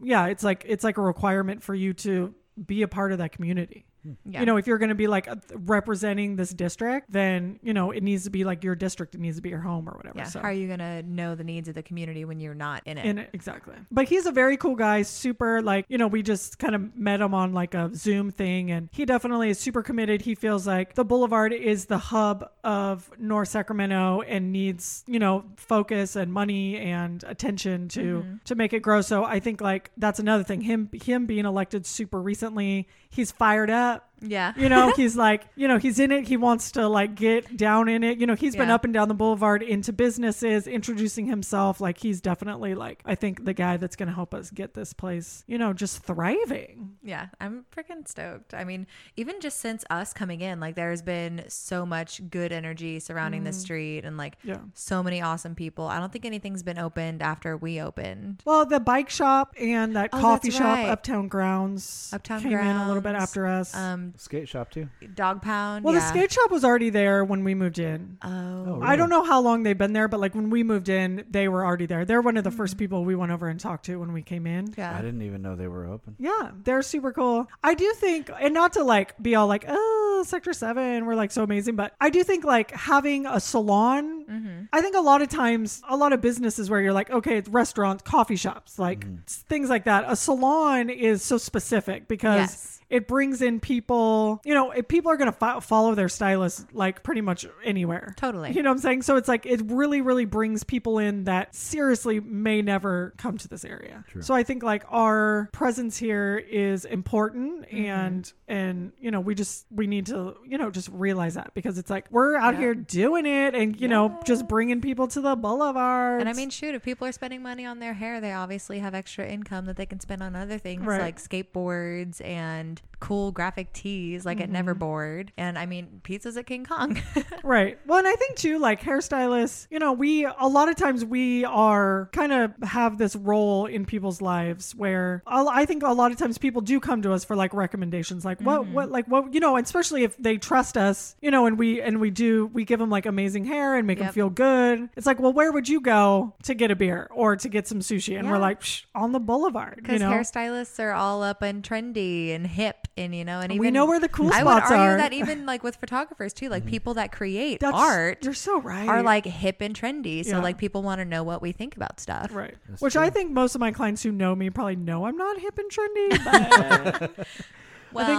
A: yeah, it's like it's like a requirement for you to be a part of that community.
C: Yeah.
A: You know, if you're going to be like uh, representing this district, then, you know, it needs to be like your district, it needs to be your home or whatever.
C: Yeah.
A: so.
C: How are you gonna know the needs of the community when you're not in it?
A: in it. Exactly. But he's a very cool guy, super like, you know, we just kind of met him on like a Zoom thing and he definitely is super committed. He feels like the boulevard is the hub of North Sacramento and needs, you know, focus and money and attention to
C: Mm-hmm.
A: to make it grow. So I think like that's another thing. Him him being elected super recently, he's fired up.
C: yeah.
A: You know, he's like, you know, he's in it. He wants to like get down in it. You know, he's been
C: Yeah.
A: up and down the boulevard into businesses, introducing himself. Like he's definitely like, I think the guy that's going to help us get this place, you know, just thriving.
C: Yeah, I'm freaking stoked. I mean, even just since us coming in, like there's been so much good energy surrounding
A: Mm-hmm.
C: the street and like
A: Yeah.
C: so many awesome people. I don't think anything's been opened after we opened.
A: Well, the bike shop and that
C: Oh,
A: coffee
C: that's
A: shop,
C: right.
A: Uptown Grounds,
C: Uptown
A: came in a little bit
C: Grounds,
A: after us.
C: Um,
B: Skate shop too.
C: Dog Pound.
A: well,
C: yeah.
A: the skate shop was already there when we moved in.
C: Oh,
B: Oh,
A: I don't know how long they've been there, but like when we moved in, they were already there. They're one of the
C: Mm-hmm.
A: first people we went over and talked to when we came in.
B: I
C: yeah.
B: didn't even know they were open.
A: Yeah, they're super cool. I do think, and not to like be all like, oh, Sector 7, we're like so amazing, but I do think like having a salon, I think a lot of times, a lot of businesses where you're like, okay, it's restaurants, coffee shops, like s- things like that. A salon is so specific because
C: Yes.
A: it brings in people, you know, if people are going to fo- follow their stylist like pretty much anywhere.
C: Totally.
A: You know what I'm saying? So it's like it really, really brings people in that seriously may never come to this area. So I think like our presence here is important
C: Mm-hmm.
A: and and you know, we just we need to, you know, just realize that because it's like we're out
C: Yeah.
A: here doing it and you know, just bringing people to the boulevard.
C: And I mean, shoot, if people are spending money on their hair, they obviously have extra income that they can spend on other things
A: Right.
C: like skateboards and cool graphic tees like at
A: Mm-hmm.
C: Neverboard. And I mean, pizzas at King Kong.
A: Right. Well, and I think too, like hairstylists, you know, we a lot of times we are kind of have this role in people's lives where I'll, I think a lot of times people do come to us for like recommendations, like what,
C: Mm-hmm.
A: what, like what, you know, and especially if they trust us, you know, and we and we do we give them like amazing hair and make them
C: Yep.
A: feel good. It's like, well, where would you go to get a beer or to get some sushi? And we're
C: Yeah.
A: like, Psh, on the boulevard, you
C: Because
A: know.
C: hairstylists are all up and trendy and hip, and you know, and even
A: we know where the cool
C: I would
A: spots
C: argue
A: are.
C: that even like with photographers too, like people that create
A: That's-
C: art
A: You're so right.
C: are like hip and trendy. So
A: Yeah.
C: like people want to know what we think about stuff.
A: Right.
B: That's
A: Which I
B: true.
A: think most of my clients who know me probably know I'm not hip and trendy, but I think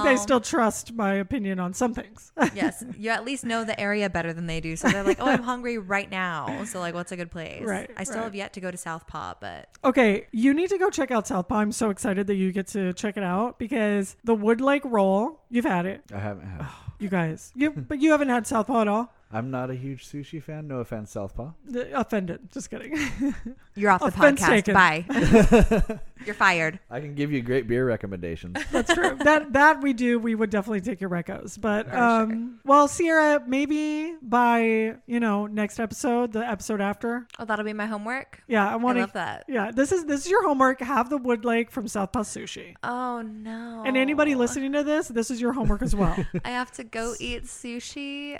A: they
C: Well,
A: still trust my opinion on some things.
C: yes, you at least know the area better than they do. So they're like, oh, I'm hungry right now. So like, what's a good place?
A: Right,
C: I still
A: right.
C: have yet to go to Southpaw, but
A: okay, you need to go check out Southpaw. I'm so excited that you get to check it out because the Wood Lake roll, you've had it,
B: I haven't had. it.
A: you guys. You but you haven't had Southpaw at all.
B: I'm not a huge sushi fan. No offense, Southpaw.
A: Th- Offended. Just kidding.
C: you're off the
A: Offense
C: podcast.
A: Oh, taken.
C: Bye. you're fired.
B: I can give you great beer recommendations.
A: That's true. that that we do. We would definitely take your recos. But
C: For
A: um, well, Sierra, maybe by you know next episode, the episode after.
C: Oh, that'll be my homework.
A: Yeah, I want
C: I
A: to
C: love that.
A: Yeah, this is this is your homework. Have the wood lake from Southpaw Sushi.
C: Oh no.
A: And anybody listening to this, this is your homework as well.
C: I have to go eat sushi.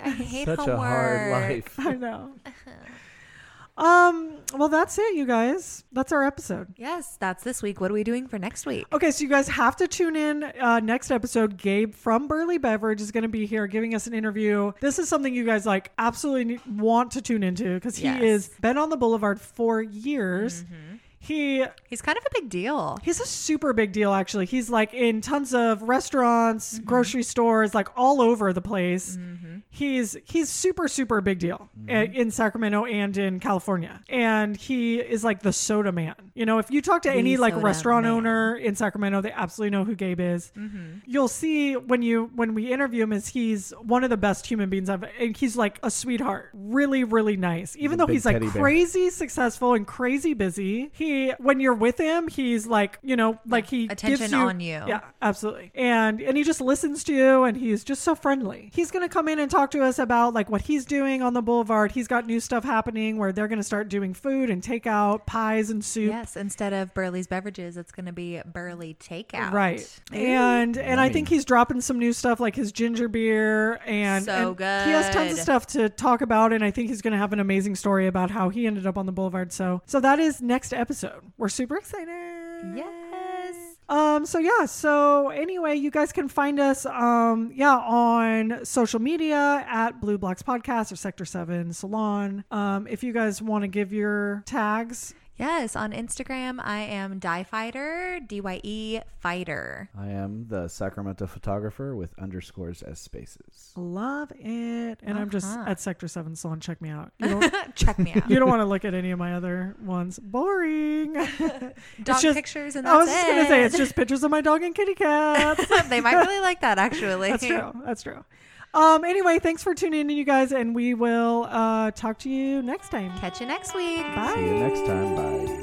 C: I hate
B: Such a
C: homework.
B: hard life.
A: I know. Um, well that's it, you guys. That's our episode.
C: Yes, that's this week. What are we doing for next week?
A: Okay, so you guys have to tune in uh, next episode. Gabe from Burley Beverage is going to be here giving us an interview. This is something you guys like absolutely need- want to tune into because he
C: Yes.
A: is been on the boulevard for years. He
C: He's kind of a big deal.
A: He's a super big deal, actually. He's like in tons of restaurants,
C: Mm-hmm.
A: grocery stores, like all over the place. He's he's super super big deal
C: Mm-hmm.
A: uh in Sacramento and in California, and he is like the soda man. You know, if you talk to
C: The
A: any like
C: soda
A: restaurant
C: man. Mm-hmm.
A: owner in Sacramento, they absolutely know who Gabe is. You'll see when you when we interview him is he's one of the best human beings I've. And he's like a sweetheart, really really nice. Even
B: a
A: though
B: big
A: he's like
B: teddy bear.
A: crazy crazy successful and crazy busy. He, when you're with him, he's like, you know, like he
C: Attention
A: gives you,
C: on you.
A: Yeah, absolutely. And and he just listens to you, and he's just so friendly. He's gonna come in and talk to us about like what he's doing on the boulevard. He's got new stuff happening where they're gonna start doing food and takeout, pies and soup.
C: Yes, instead of Burley's beverages, it's going to be Burley takeout.
A: Right. And and I think he's dropping some new stuff like his ginger beer and,
C: So
A: and he has tons of
C: good.
A: stuff to talk about and I think he's gonna have an amazing story about how he ended up on the boulevard. So so that is next episode. We're super excited.
C: Yes.
A: Um, so yeah, so anyway, you guys can find us um yeah on social media at Blue Blocks Podcast or Sector Seven Salon. Um, if you guys want to give your tags,
C: Yes, on Instagram, I am Die Fighter, D Y E Fighter.
B: I am the Sacramento photographer with underscores as spaces.
A: love it. And I'm just
C: Uh-huh.
A: at Sector Seven Salon. Check me out. You don't,
C: Check me out.
A: you don't want to look at any of my other ones. Boring.
C: Dog
A: just-
C: pictures and that's
A: I was just
C: it.
A: gonna say it's just pictures of my dog and kitty cats.
C: they might really like that actually.
A: That's true. That's true. Um, anyway, thanks for tuning in, you guys, and we will uh, talk to you next time.
C: Catch you next week.
A: Bye.
B: See you next time. Bye.